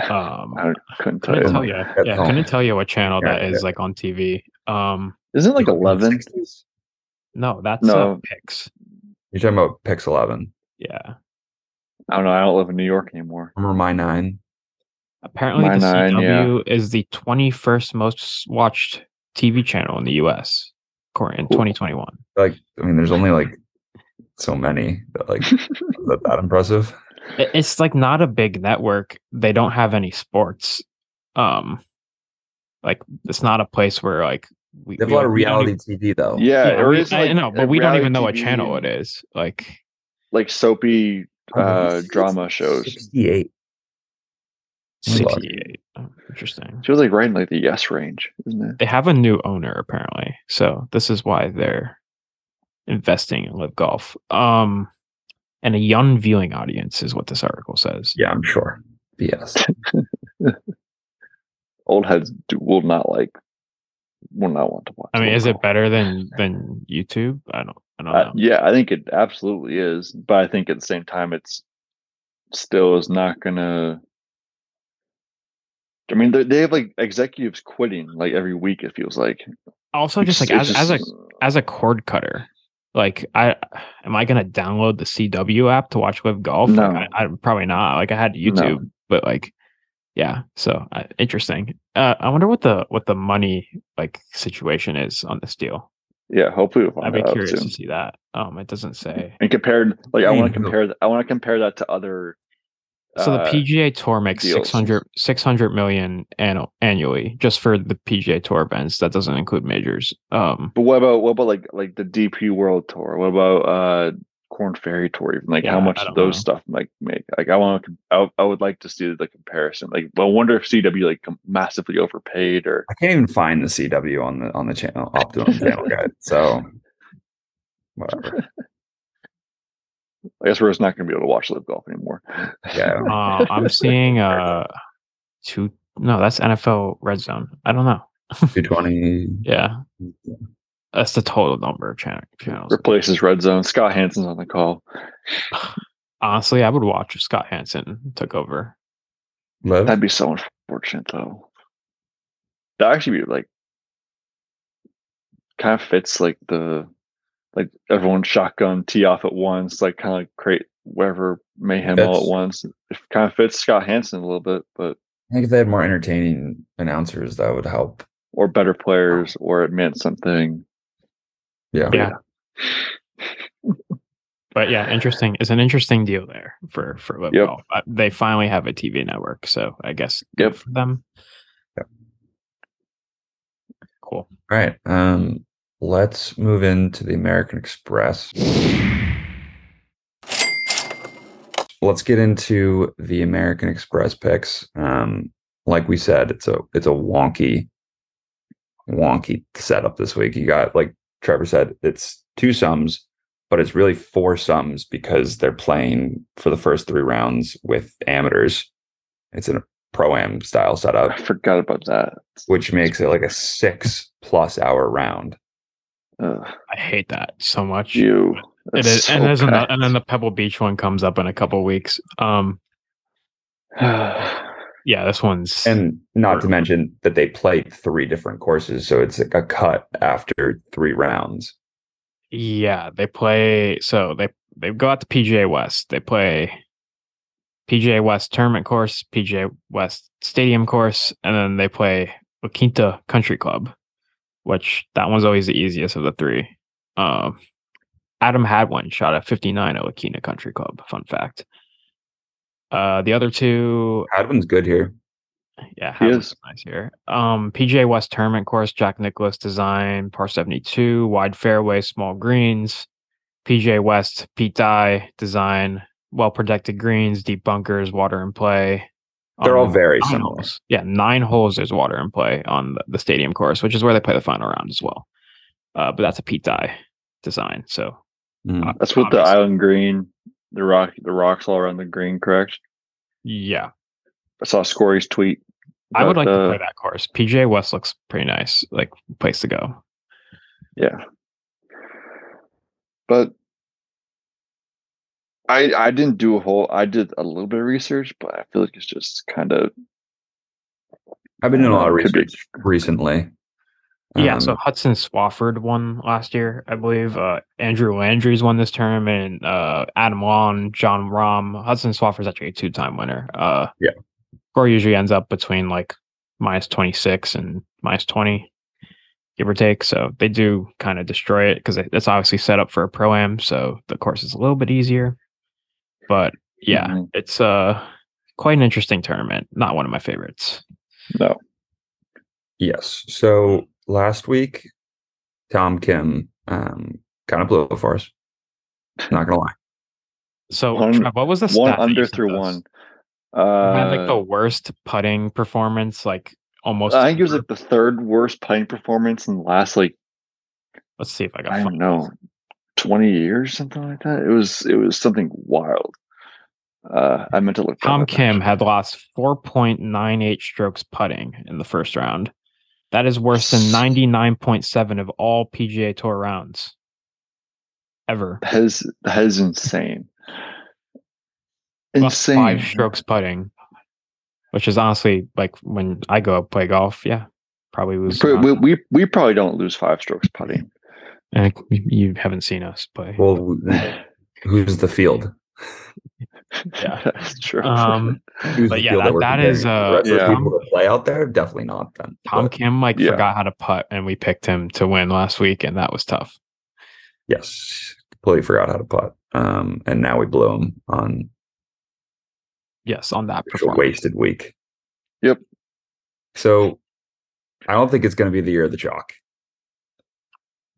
Um I couldn't tell couldn't don't you. know. tell you. At Yeah, all. couldn't tell you what channel Yeah, that is like on TV. Um Isn't it like In the 11? 60s? no, that's uh, No. Pix. You're talking about Pix Eleven. Yeah. I don't know. I don't live in New York anymore. Remember my nine? Apparently My the nine, CW is the 21st most watched TV channel in the US according in Cool. 2021. Like, I mean, there's only like so many that like is that, that impressive. It- It's like not a big network. They don't have any sports. Um like it's not a place where like we They have we a lot don't- of we don't reality even- TV though. yeah, yeah, or we- is it I like- know, like but we don't reality even know what TV channel it and, is. Like Like soapy uh, drama shows. Sixty-eight. Look. 68. Oh, interesting. She was like right in like the yes range, isn't it? They have a new owner apparently. So this is why they're investing in live golf. Um and a young viewing audience is what this article says. Yeah, I'm sure. BS. Old heads do, will not like, will not want to watch. I mean, is it local. better than than YouTube? I don't I don't Uh, know. yeah, I think it absolutely is, but I think at the same time, it's still is not gonna. I mean, they they have like executives quitting like every week. It feels like Also just like as It's- it's as a just- as a cord cutter, like I am I gonna download the CW app to watch live golf? Like, No. I, I'm probably not. Like I had YouTube, but like yeah. So uh, interesting. Uh, I wonder what the what the money like situation is on this deal. yeah. Hopefully, we'll I'd find be that out curious soon. to see that. Um, it doesn't say. And compared, like, I want Mm. to compare. th- I want to compare that to other. So the uh, PGA Tour makes deals. 600, 600 million annu- annually just for the PGA Tour events. That doesn't include majors. Um, But what about what about like like the DP World Tour? What about uh Corn Ferry Tour? Even like how Yeah, much I don't those know. stuff like make? Like I want to. I, I would like to see the comparison. Like I wonder if CW like com- massively overpaid or I can't even find the CW on the on the channel Optimum channel guide. So whatever. I guess we're just not going to be able to watch live golf anymore. Yeah. uh, I'm seeing uh, two. No, that's NFL Red Zone. I don't know. 220. Yeah, that's the total number of chan- channels. Replaces Red Zone. Scott Hansen's on the call. Honestly, I would watch if Scott Hansen took over. Live? That'd be so unfortunate though. That actually be like kind of fits like the like everyone shotgun tee off at once, like kind of like create wherever mayhem all That's- at once. It kind of fits Scott Hansen a little bit, but I think if they had more entertaining announcers, that would help. or better players, or it meant something. Yeah. Yeah. But yeah, interesting. It's an interesting deal there for for Live Yep. Golf. Uh, They finally have a TV network, so I guess good Yep. for them. Yep. Cool. All right. Um, let's move into the American Express. Let's get into the American Express picks. Um, like we said, it's a it's a wonky, wonky setup this week. You got like Trevor said, it's two sums, but it's really four sums because they're playing for the first three rounds with amateurs. It's a pro am style setup I forgot about that. which makes it like a six plus hour round. Ugh, I hate that so much. you. It That's is, and so there's another, bad. and then the Pebble Beach one comes up in a couple weeks. Um, yeah, this one's And not to mention that they played three different courses, so it's a cut after three rounds. yeah. They play so they they go out to PGA West. They play PGA West tournament course, PGA West stadium course, and then they play La Quinta Country Club, which that one's always the easiest of the three. Um, Adam had one shot at 59 at La Quinta Country Club. Fun fact. Uh, the other two, Hadwin's good here. yeah, He Hadwin's is. nice here. Um, PGA West tournament course, Jack Nicholas design, par 72, wide fairway, small greens. PGA West, Pete Dye design, well protected greens, deep bunkers, water in play. They're all Um, very nine similar. holes. Yeah, nine holes. There's water in play on the, the stadium course, which is where they play the final round as well. Uh, but that's a Pete Dye design. So Mm. uh, That's with the obviously- island green, the rock, the rocks all around the green. Correct. yeah. I saw Scory's tweet. I would like about, to uh, play that course. PGA West looks pretty nice, like place to go. Yeah. But I I didn't do a whole I did a little bit of research, but I feel like it's just kind of I've been doing a lot of Could be. research recently. yeah, Um, so Hudson Swafford won last year, I believe. Uh, Andrew Landry's won this tournament. Uh, Adam Long, John Rahm. Hudson Swafford's actually a two-time winner. Uh, Yeah. Score usually ends up between like minus twenty-six and minus twenty, give or take. So they do kind of destroy it because it's obviously set up for a pro am, so the course is a little bit easier. But yeah, Mhm. it's uh quite an interesting tournament. Not one of my favorites. no. Yes. So last week, Tom Kim um, kind of blew it for us. Not gonna lie. So One- Trev, what was the One stat that you under sent through us? one. I had like Uh, the worst putting performance, like almost. I think it was ever. like the third worst putting performance in the last like Let's see if I got. I don't find know, twenty years, something like that. It was it was something wild. Uh, I meant to look. that Tom up, Kim actually. had lost 4.98 strokes putting in the first round. That is worse than 99.7 of all PGA Tour rounds ever. that is that is insane. Plus Insane. Five strokes putting, which is honestly like when I go out play golf. Yeah, probably We was. pro- we, we we probably don't lose five strokes putting. and you haven't seen us play. Well, w- who's the field? Yeah. that's true. Um, Who's But the yeah, field that- we're that is, comparing uh, to? for Yeah. people to play out there. Definitely not then. Tom But Kim like Yeah. forgot how to putt, and we picked him to win last week, and that was tough. yes, completely forgot how to putt. Um, and now we blew him on Yes, on that a performance. wasted week. Yep. So I don't think it's going to be the year of the chalk.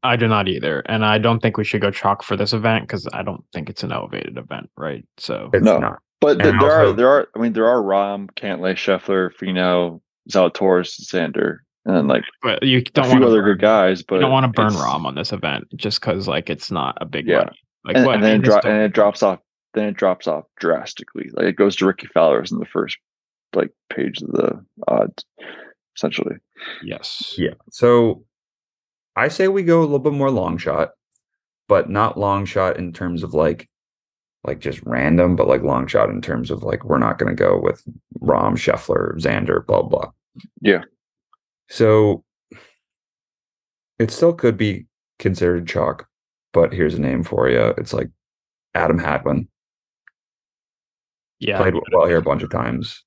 I do not either, and I don't think we should go chalk for this event because I don't think it's an elevated event, right? So It's No. not. but th- and there also- are there are I mean there are Rom, Cantlay, Scheffler, Fino, Zalatoris, Xander, and then like but you a don't want few other to good guys. But you don't want to burn it's- Rom on this event just because like it's not a big Yeah. money. Like and, what? and I then mean, it this dro- don't- and it drops off. Then it drops off drastically. Like it goes to Ricky Fowler's in the first like page of the odds, essentially. yes, Yeah. So I say we go a little bit more long shot, but not long shot in terms of like like just random, but like long shot in terms of like we're not gonna go with Rom, Scheffler, Xander, blah blah. Yeah. So it still could be considered chalk, but here's a name for you. It's like Adam Hadwin. yeah. Played well here a bunch of times.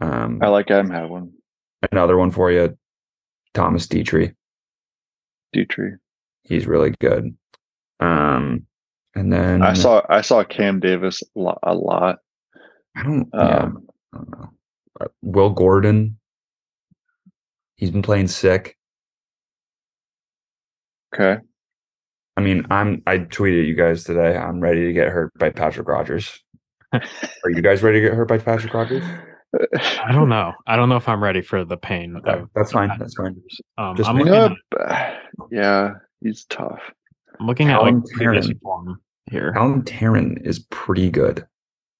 Um, I like Adam had one. another one for you, Thomas Dietrich. Dietrich. he's really good. Um, and then Mm-hmm. I saw I saw Cam Davis a lot. A lot. I don't, Um, yeah, I don't know. Uh, Will Gordon. He's been playing sick. Okay. I mean, I'm. I tweeted you guys today. I'm ready to get hurt by Patrick Rogers. Are you guys ready to get hurt by Patrick Rogers? I don't know. I don't know if I'm ready for the pain. Okay, Of, that's fine. That's fine. um, Just I'm make- looking, at, Yep. Yeah, he's tough. I'm looking at Alan like previous Perrin. form here. Alan Taryn is pretty good.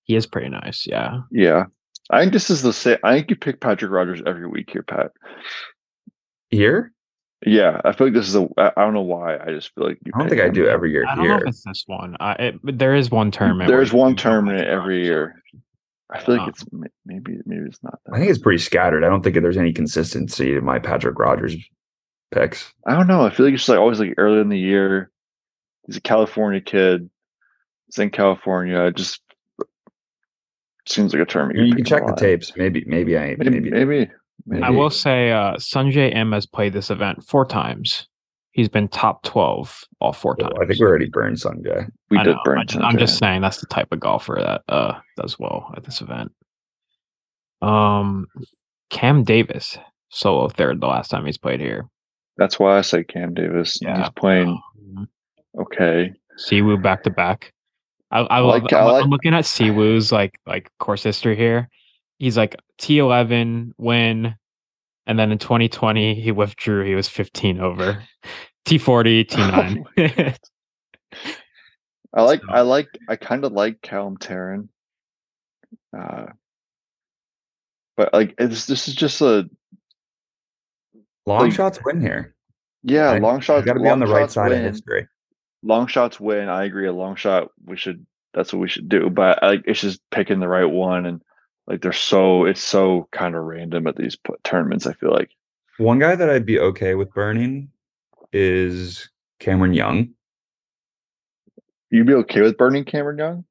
He is pretty nice. Yeah. Yeah. I think this is the same. I think you pick Patrick Rogers every week here, Pat. Here, Yeah, I feel like this is a. I I don't know why. I just feel like you. I don't pick think I him. do every year. I don't know Here, Uh, if it's this one. I, it, but there is one tournament. where There's you one can go with tournament every Rogers. year. I feel like Uh, it's ma- maybe maybe it's not. That. I think it's pretty scattered. I don't think there's any consistency to my Patrick Rogers picks. I don't know. I feel like it's like always like early in the year. He's a California kid. He's in California. It just seems like a term. You, you can pick up check a the lot. tapes. Maybe, maybe I, Maybe maybe, maybe. maybe. maybe. I will say uh, Sanjay M has played this event four times. He's been top 12 all four times. I think we already burned Sanjay. we I did know, I burn. ju- I'm just saying that's the type of golfer that uh, does well at this event. Um, Cam Davis solo third the last time he's played here. That's why I say Cam Davis. Yeah. He's playing Um, okay. Siwoo back to back. I, I, love, like- I I'm, like- I'm looking at Siwoo's like like course history here. He's like T11 win, and then in 2020 he withdrew. He was 15 over. T40, T9. I like So- I like I kind of like Callum Tarrant. Uh, but like it's, this is just a Long Like- shots win here. yeah Right. long You shots. got to be on long the right shots side win. of history. Long shots win. I agree. A long shot. We should. That's what we should do. But like it's just picking the right one, and like they're so it's so kind of random at these pl- tournaments. I feel like One guy that I'd be okay with burning is Cameron Young, you'd be okay with burning Cameron Young.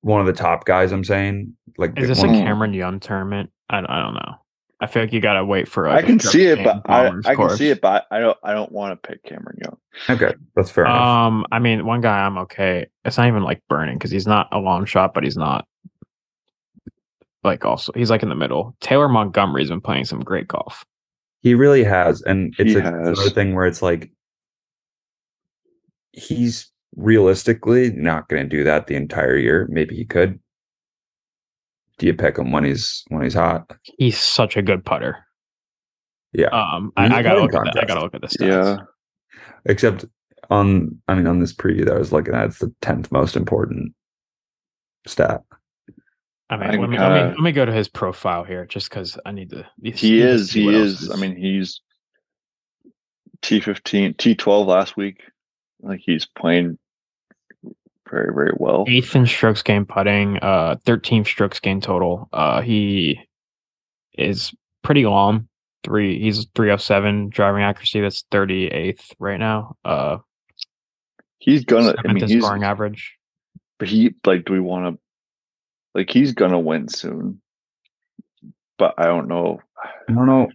one of the top guys. I'm saying, like, Is this a one- Mm. Cameron Young tournament? I, I don't know. I feel like you gotta wait for. Like, I a can Dirk see it, Jan but I, Palmer's I can course. see it, but I don't I don't want to pick Cameron Young. okay, that's fair enough. Um, I mean, one guy I'm okay. It's not even like burning because he's not a long shot, but he's not like also he's like in the middle. Taylor Montgomery's been playing some great golf. He really has, and it's, He a, has. it's another thing where it's like he's realistically not going to do that the entire year. Maybe he could. Do you pick him when he's when he's hot? He's such a good putter. Yeah. Um, He's I, I a gotta putting look at that. I contest. gotta look at the stats. Yeah, Except on, I mean, on this preview that I was looking at, it's the tenth most important stat. I I mean, can let me, let, me, kinda- let me go to his profile here just because I need to. need to he see- is. see He what else is. I mean, he's T fifteen, T twelve last week. Like he's playing very, very well. eighth in strokes gained putting, uh, 13 strokes gained total. Uh, he is pretty long. Three, he's three of seven driving accuracy. That's 38th right now. Uh, He's gonna. I seventh mean, in he's. scoring average. But he like. Do we want to? Like he's gonna win soon. But I don't know. I don't know.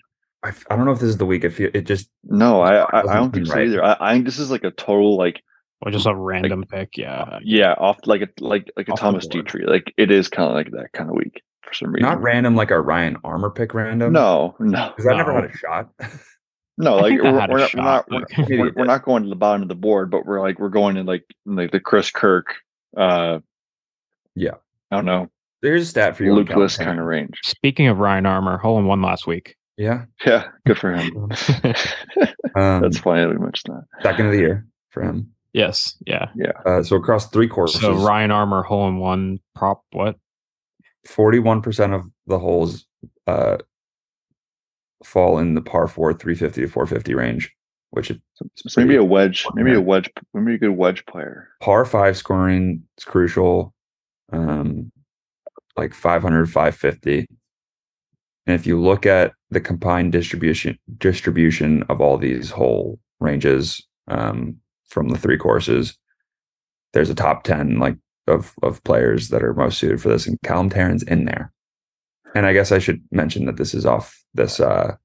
I, f- I don't know if this is the week. I feel it just No, I I, I Doesn't don't think seem so right. either. I, I think this is like a total like Or just a random pick. Yeah. yeah off like a like like a Off the Thomas board. Dietrich. Like it is kind of like that kind of week for some reason. not random like our Ryan Armor pick random. no, no, because I never no. had a shot. No, I like think we're, that we're, had a shot, not, we're not we're, like- not- Maybe we're- it we're did. not going to the bottom of the board, but we're like we're going in like in, like the Chris Kirk, uh, Yeah. I don't know, There's a stat for you, on Luke List Calvin kind of range. Speaking of Ryan Armour, hole in one last week. Payne. Yeah, Yeah, good for him. um, That's funny that we mentioned that. second of the year for him. yes. Yeah. Uh, so across three courses, So Ryan Armour, hole in one prop. What? forty-one percent of the holes uh, fall in the par four, three fifty to four fifty range, which is So maybe a wedge, one maybe a there. wedge, maybe a good wedge player. par five scoring is crucial. Um, like 500, 550. And if you look at the combined distribution distribution of all these whole ranges um, from the three courses, there's a top ten like of of players that are most suited for this, and Callum Tarrant's in there. And I guess I should mention that this is off this uh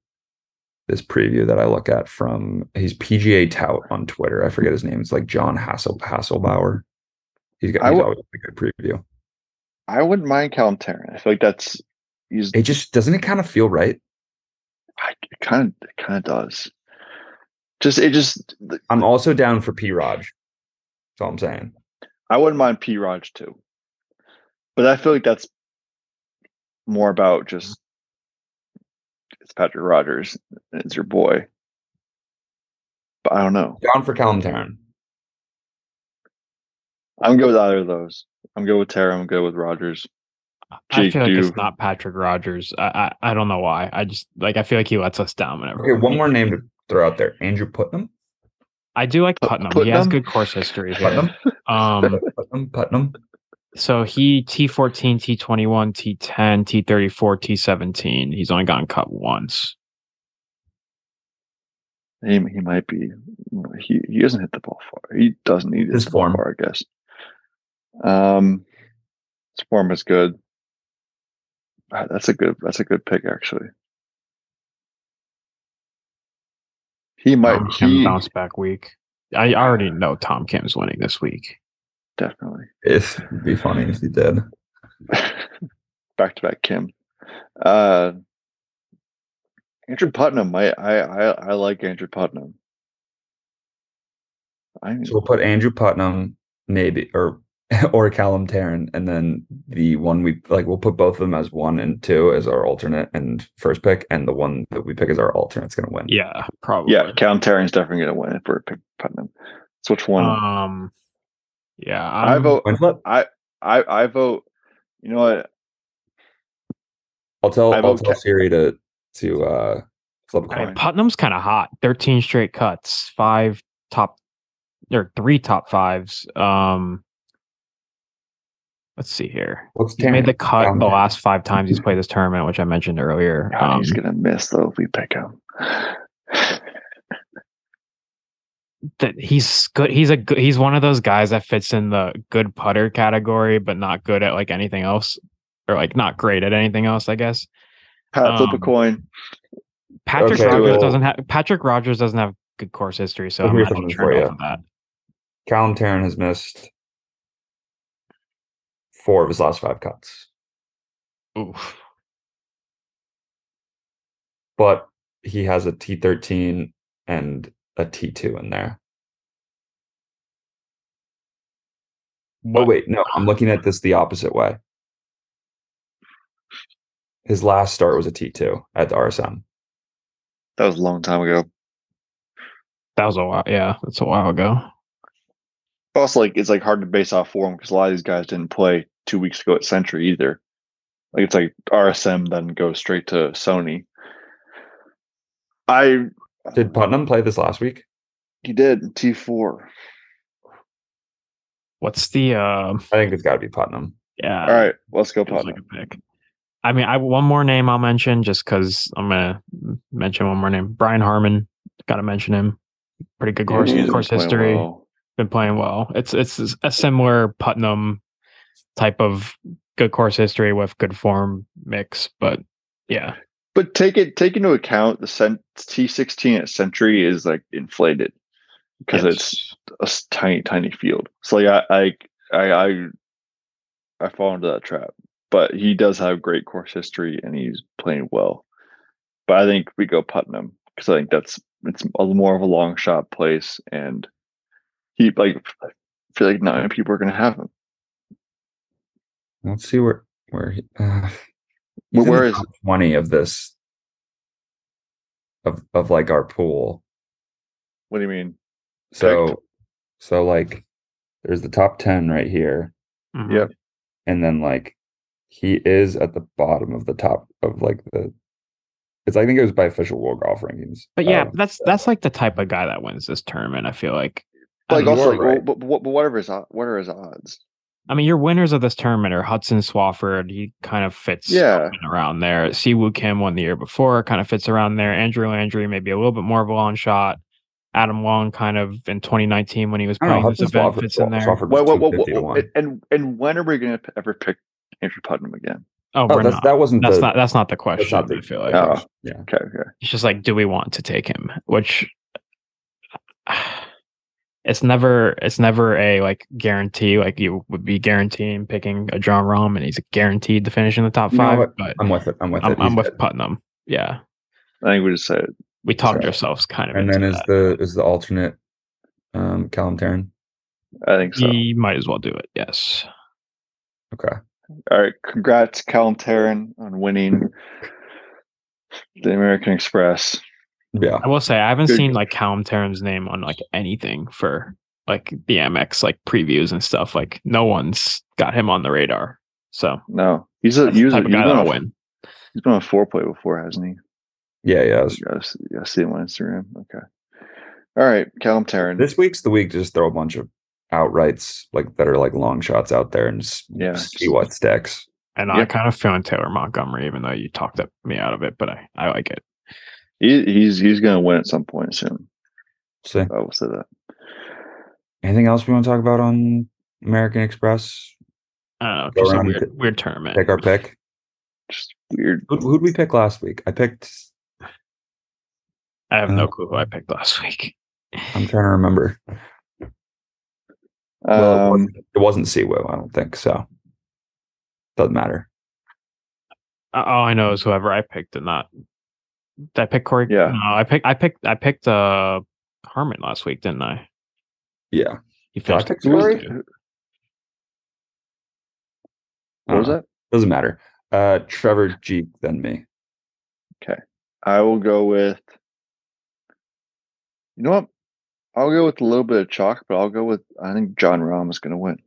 this preview that I look at from he's PGA tout on Twitter. I forget his name. It's like John Hassel Hasselbauer. He's got I he's wa- always a good preview. I wouldn't mind Callum Tarrant. I feel like that's he's It just doesn't it kind of feel right. I- it kind of it kind of does. Just it just I'm also down for P Raj. That's all I'm saying. I wouldn't mind P. Raj too, but I feel like that's more about just it's Patrick Rogers, and it's your boy. But I don't know. Down for Callum Tarrant. I'm good with either of those. I'm good with Tara. I'm good with Rogers. I Jake, feel like do- it's not Patrick Rogers. I, I I don't know why. I just like I feel like he lets us down whenever. Okay, we one meet. more name to throw out there. Andrew Putnam. I do like Putnam. He has Putnam? good course history here. Putnam. Um, Putnam. Putnam. So he T14, T21, T10, T34, T17. He's only gotten cut once. He, he might be. He he doesn't hit the ball far. He doesn't need His his form form. far, I guess. Um, his form is good. Ah, That's a good. That's a good pick, actually. He might. Tom Kim He bounce back week. I already know Tom Kim's winning this week. definitely If it'd be funny if he did. back to back Kim. Uh, Andrew Putnam. I I I, I like Andrew Putnam. I So we'll put Andrew Putnam, maybe or or Callum Tarrant, and then the one we like we'll put both of them as one and two as our alternate and first pick, and the one that we pick as our alternate's gonna win. Yeah, probably. yeah, Callum Tarrant's definitely going to win if we're picking Putnam. So which one? Um. Yeah, I I'm, vote. Winslet? I I vote. You know what? I'll tell I I'll vote tell Ca- Siri to to uh flip a I mean, coin. Putnam's kind of hot. Thirteen straight cuts, five top, or three top fives. Um. Let's see here. What's He made the cut Down the there. last five times he's played this tournament, which I mentioned earlier. God, he's Um, going to miss though if we pick him. that he's good. He's a good, he's one of those guys that fits in the good putter category, but not good at like anything else, or like not great at anything else. I guess. Pat, flip a Um, coin. Patrick Okay, Rogers well- doesn't have Patrick Rogers doesn't have good course history, so Well, I'm here's not too something for turned off you. of that. Callum Tarrant has missed four of his last five cuts. Oof. But he has a T thirteen and a T two in there. Oh What- wait, no, I'm looking at this the opposite way. His last start was a T2 at the RSM. That was a long time ago. That was a while. Yeah, that's a while ago. Also, like it's like hard to base off form because a lot of these guys didn't play two weeks ago at Century either. Like it's like RSM then goes straight to Sony. I Did Putnam play this last week? he did T four. What's the uh, I think it's got to be Putnam. yeah? All right, let's go Uh, it was Putnam. like a pick. I mean, I one more name I'll mention just because I'm gonna mention one more name. Brian Harmon, got to mention him. Pretty good course He's been course playing history. well. Been playing well. It's it's a similar Putnam type of good course history with good form mix, but yeah, But take it take into account the cent- T16 at Century is like inflated because yes. it's a s- tiny tiny field. So like I I I I, I fall into that trap. But he does have great course history and he's playing well. But I think we go Putnam because I think that's it's a, more of a long shot place and he like I feel like not many people are going to have him. Let's see where where he, uh, Well, he's in where the is- top twenty of this of of like our pool? What do you mean? So so like there's the top ten right here, Mhm. Yep. and then like he is at the bottom of the top of like the. It's I think it was by official world golf rankings. Uh, But yeah, um, of- that's that's like the type of guy that wins this tournament. I feel like. I Like mean, also, you're like, right. well, but, but but what are his o- what are his odds? I mean, your winners of this tournament are Hudson Swafford. He kind of fits Yeah. up and around there. Siwoo Kim won the year before, kind of fits around there. Andrew Landry, maybe a little bit more of a long shot. Adam Long, kind of in 2019 when he was I don't know, playing this Hudson event, Swafford- fits in there. Swafford was Well, well, well, 250 to well, one. and and when are we going to ever pick Andrew Putnam again? Oh, Oh, we're that's, not. that wasn't that's the, not that's not the that's question. not the, I feel like Oh. yeah. Okay, okay. it's just like, do we want to take him? Which it's never it's never a like guarantee. Like you would be guaranteeing picking a John Rahm, and he's guaranteed to finish in the top You know five. what? but I'm with it. I'm with I'm, it. I'm He's with good. Putnam. Yeah, I think we just said it. we talked Sorry. ourselves kind of And into then is that. the is the alternate um Callum Tarrant. I think so. He might as well do it. Yes. Okay. All right, congrats, Callum Tarrant, on winning the American Express. Yeah. I will say I haven't Good. seen like Calum Terram's name on like anything for like the MX like previews and stuff. Like no one's got him on the radar. So No, he's a that's the he's, a, type he's of guy been that'll on, win. he's been on four play before, hasn't he? Yeah, yeah. I gotta, see him on Instagram. Okay. All right, Callum Tarrant. This week's the week to just throw a bunch of outrights like that are like long shots out there and just Yeah. see what sticks. And I Yeah. kind of feeling Taylor Montgomery, even though you talked up me out of it, but I, I like it. He, he's he's gonna win at some point soon. So I will say that. anything else we want to talk about on American Express? I don't know, Go just a around and weird, weird tournament. Pick our pick. Just weird. Who, who'd we pick last week? I picked I have no Uh, clue who I picked last week. I'm trying to remember. Well, it, Um, wasn't, it wasn't Siwoo, I don't think so. Doesn't matter. Uh, All I know is whoever I picked did not. Did I pick Corey? Yeah. No, I picked. I picked. I picked uh Herman last week, didn't I? Yeah. He Did I finished pick who was, Corey? who- what was that? Doesn't matter. Uh, Trevor G. Then me. I will go with. You know what? I'll go with a little bit of chalk, but I'll go with I think John Rahm is gonna win.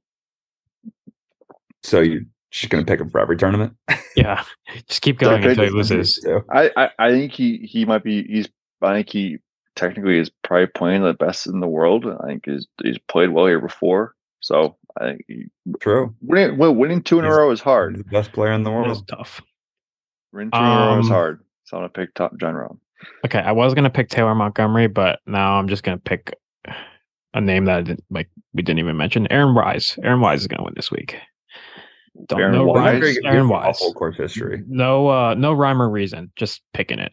So you're just gonna pick him for every tournament. Yeah, just keep Did I going pick until he this loses. So, I, I I think he he might be he's I think he technically is probably playing the best in the world. I think he's he's played well here before, so I think he, true. winning win- winning two in He's- a row is Mm-hmm. hard. The best player in the It is world. tough. Winning two in a row is Um, hard. So I'm gonna pick top John Rahm. Okay, I was gonna pick Taylor Montgomery, but now I'm just gonna pick a name that I didn't like. We didn't even mention Aaron Wise. Aaron Wise is gonna win this week. Don't Aaron know Wise? rhyme- Aaron Wise. Awful course history. No, uh, no rhyme or reason. Just picking it.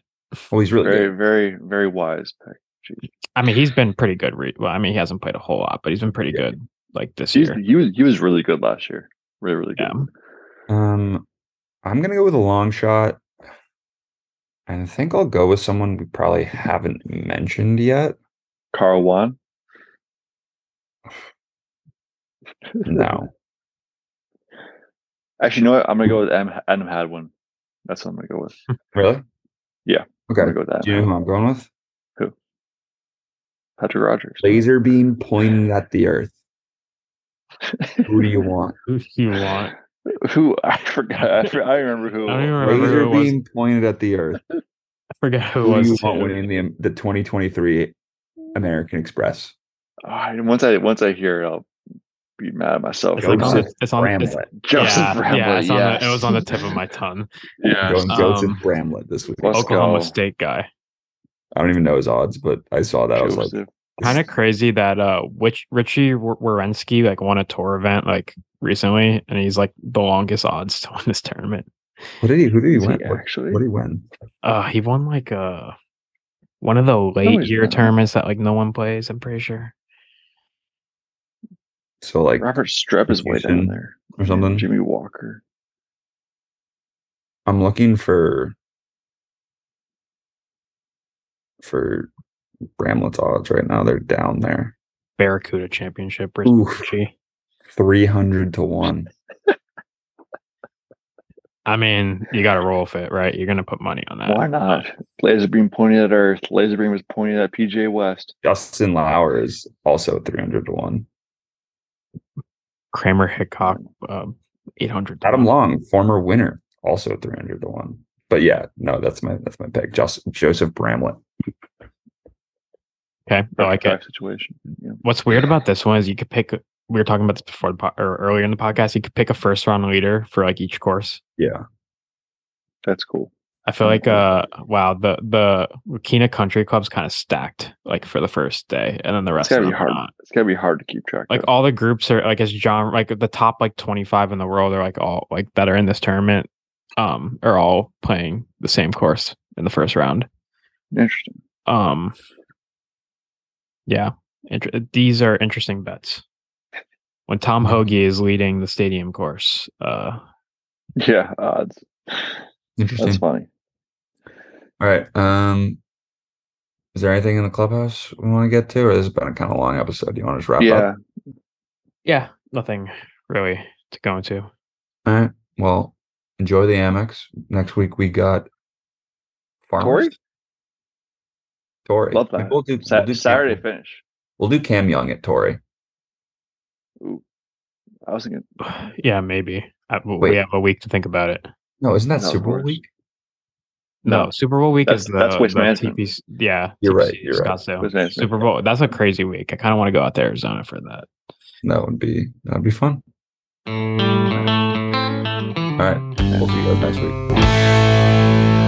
Well, he's really Very good. very very wise pick. I mean, he's been pretty good. Re- well, I mean, he hasn't played a whole lot, but he's been pretty good like this He's, year. he was he was really good last year. Really really good. Yeah. Um, I'm gonna go with a long shot. And I think I'll go with someone we probably haven't mentioned yet. Carl Wan. No. Actually, you know what? I'm gonna go with Adam, Adam Hadwin. That's what I'm gonna go with. really? Yeah. Okay. I'm gonna go with Adam. Do you know who Hadwin. I'm going with? Patrick Rogers. Laser beam pointed at the earth. Who do you want? Who do you want? who I forgot. I, I remember who. I don't it even was. remember Laser who it was. beam pointed at the earth. I forget who, Who it do you was. want too. winning the the 2023 American Express? Oh, and once I once I hear it, I'll be mad at myself. It's, Go like Joseph on, Joseph, the- it's on. It's, Bramlett. Joseph yeah, Bramlett. yeah, it's on yes. the, it was on the tip of my tongue. yes. Going Um, Joseph Bramlett this week. Let's Oklahoma go. State guy. I don't even know his odds, but I saw that. I was like, Joseph. this- Kind of crazy that uh, which Richie Wer- Wierenski like won a tour event like recently, and he's like the longest odds to win this tournament. what did he? Who did he Is win? he What, actually? what did he win? Uh, he won like uh one of the late he's year not. tournaments that like no one plays. I'm pretty sure. So like Robert Strepp is way down Houston there. or something. Jimmy Walker. I'm looking for for Bramlett's odds right now. They're down there, Barracuda Championship. Ri- Oof. Richie. three hundred to one. I mean, you got to roll with it, right? You're gonna put money on that. Why not? Laser beam pointing at Earth. Laser beam was pointing at PJ West. Justin Lauer is also three hundred to one. Kramer Hickok, uh, eight hundred. Adam Long, former winner, also three hundred to one. But yeah, no, that's my that's my pick. Just Joseph Bramlett. Okay, Oh, I like it. Back-to-back Situation. Yeah. What's weird about this one is you could pick. We were talking about this before the po- or earlier in the podcast. You could pick a first round leader for like each course. Yeah, That's cool. I feel Mhm. like uh wow the the Wakena Country Club's kind of stacked like for the first day and then the It's rest of gotta be them are hard. not. It's gotta be hard to keep track. Like of. all the groups are like as John like the top like twenty five in the world are like all like that are in this tournament um are all playing the same course in the first round. Interesting. Um, yeah, inter- these are interesting bets. When Tom Mm-hmm. Hoagie is leading the stadium course, uh, Yeah. Odds. interesting. That's funny. All right. Um, is there anything in the clubhouse we want to get to, or this has been a kind of long episode? Do you want to just wrap Yeah. up? yeah, nothing really to go into. All right. Well, enjoy the Amex. Next week we got Corey? Farmers. Tory. Love that. We'll do, we'll Sa- do Saturday Cam, finish. we'll do Cam Young at Tory. Ooh, I was thinking Yeah, maybe I, w- we Wait. have a week to think about it. No, isn't that No, Super Bowl worse. week? No, No, Super Bowl week that's- is the, that's waste the management. TPC. Yeah, You're right, TPC you're right. Scottsdale. Waste management, Super Bowl. That's a crazy week. I kind of want to go out to Arizona for that. that would be that would be fun. All right, we'll see you guys next week.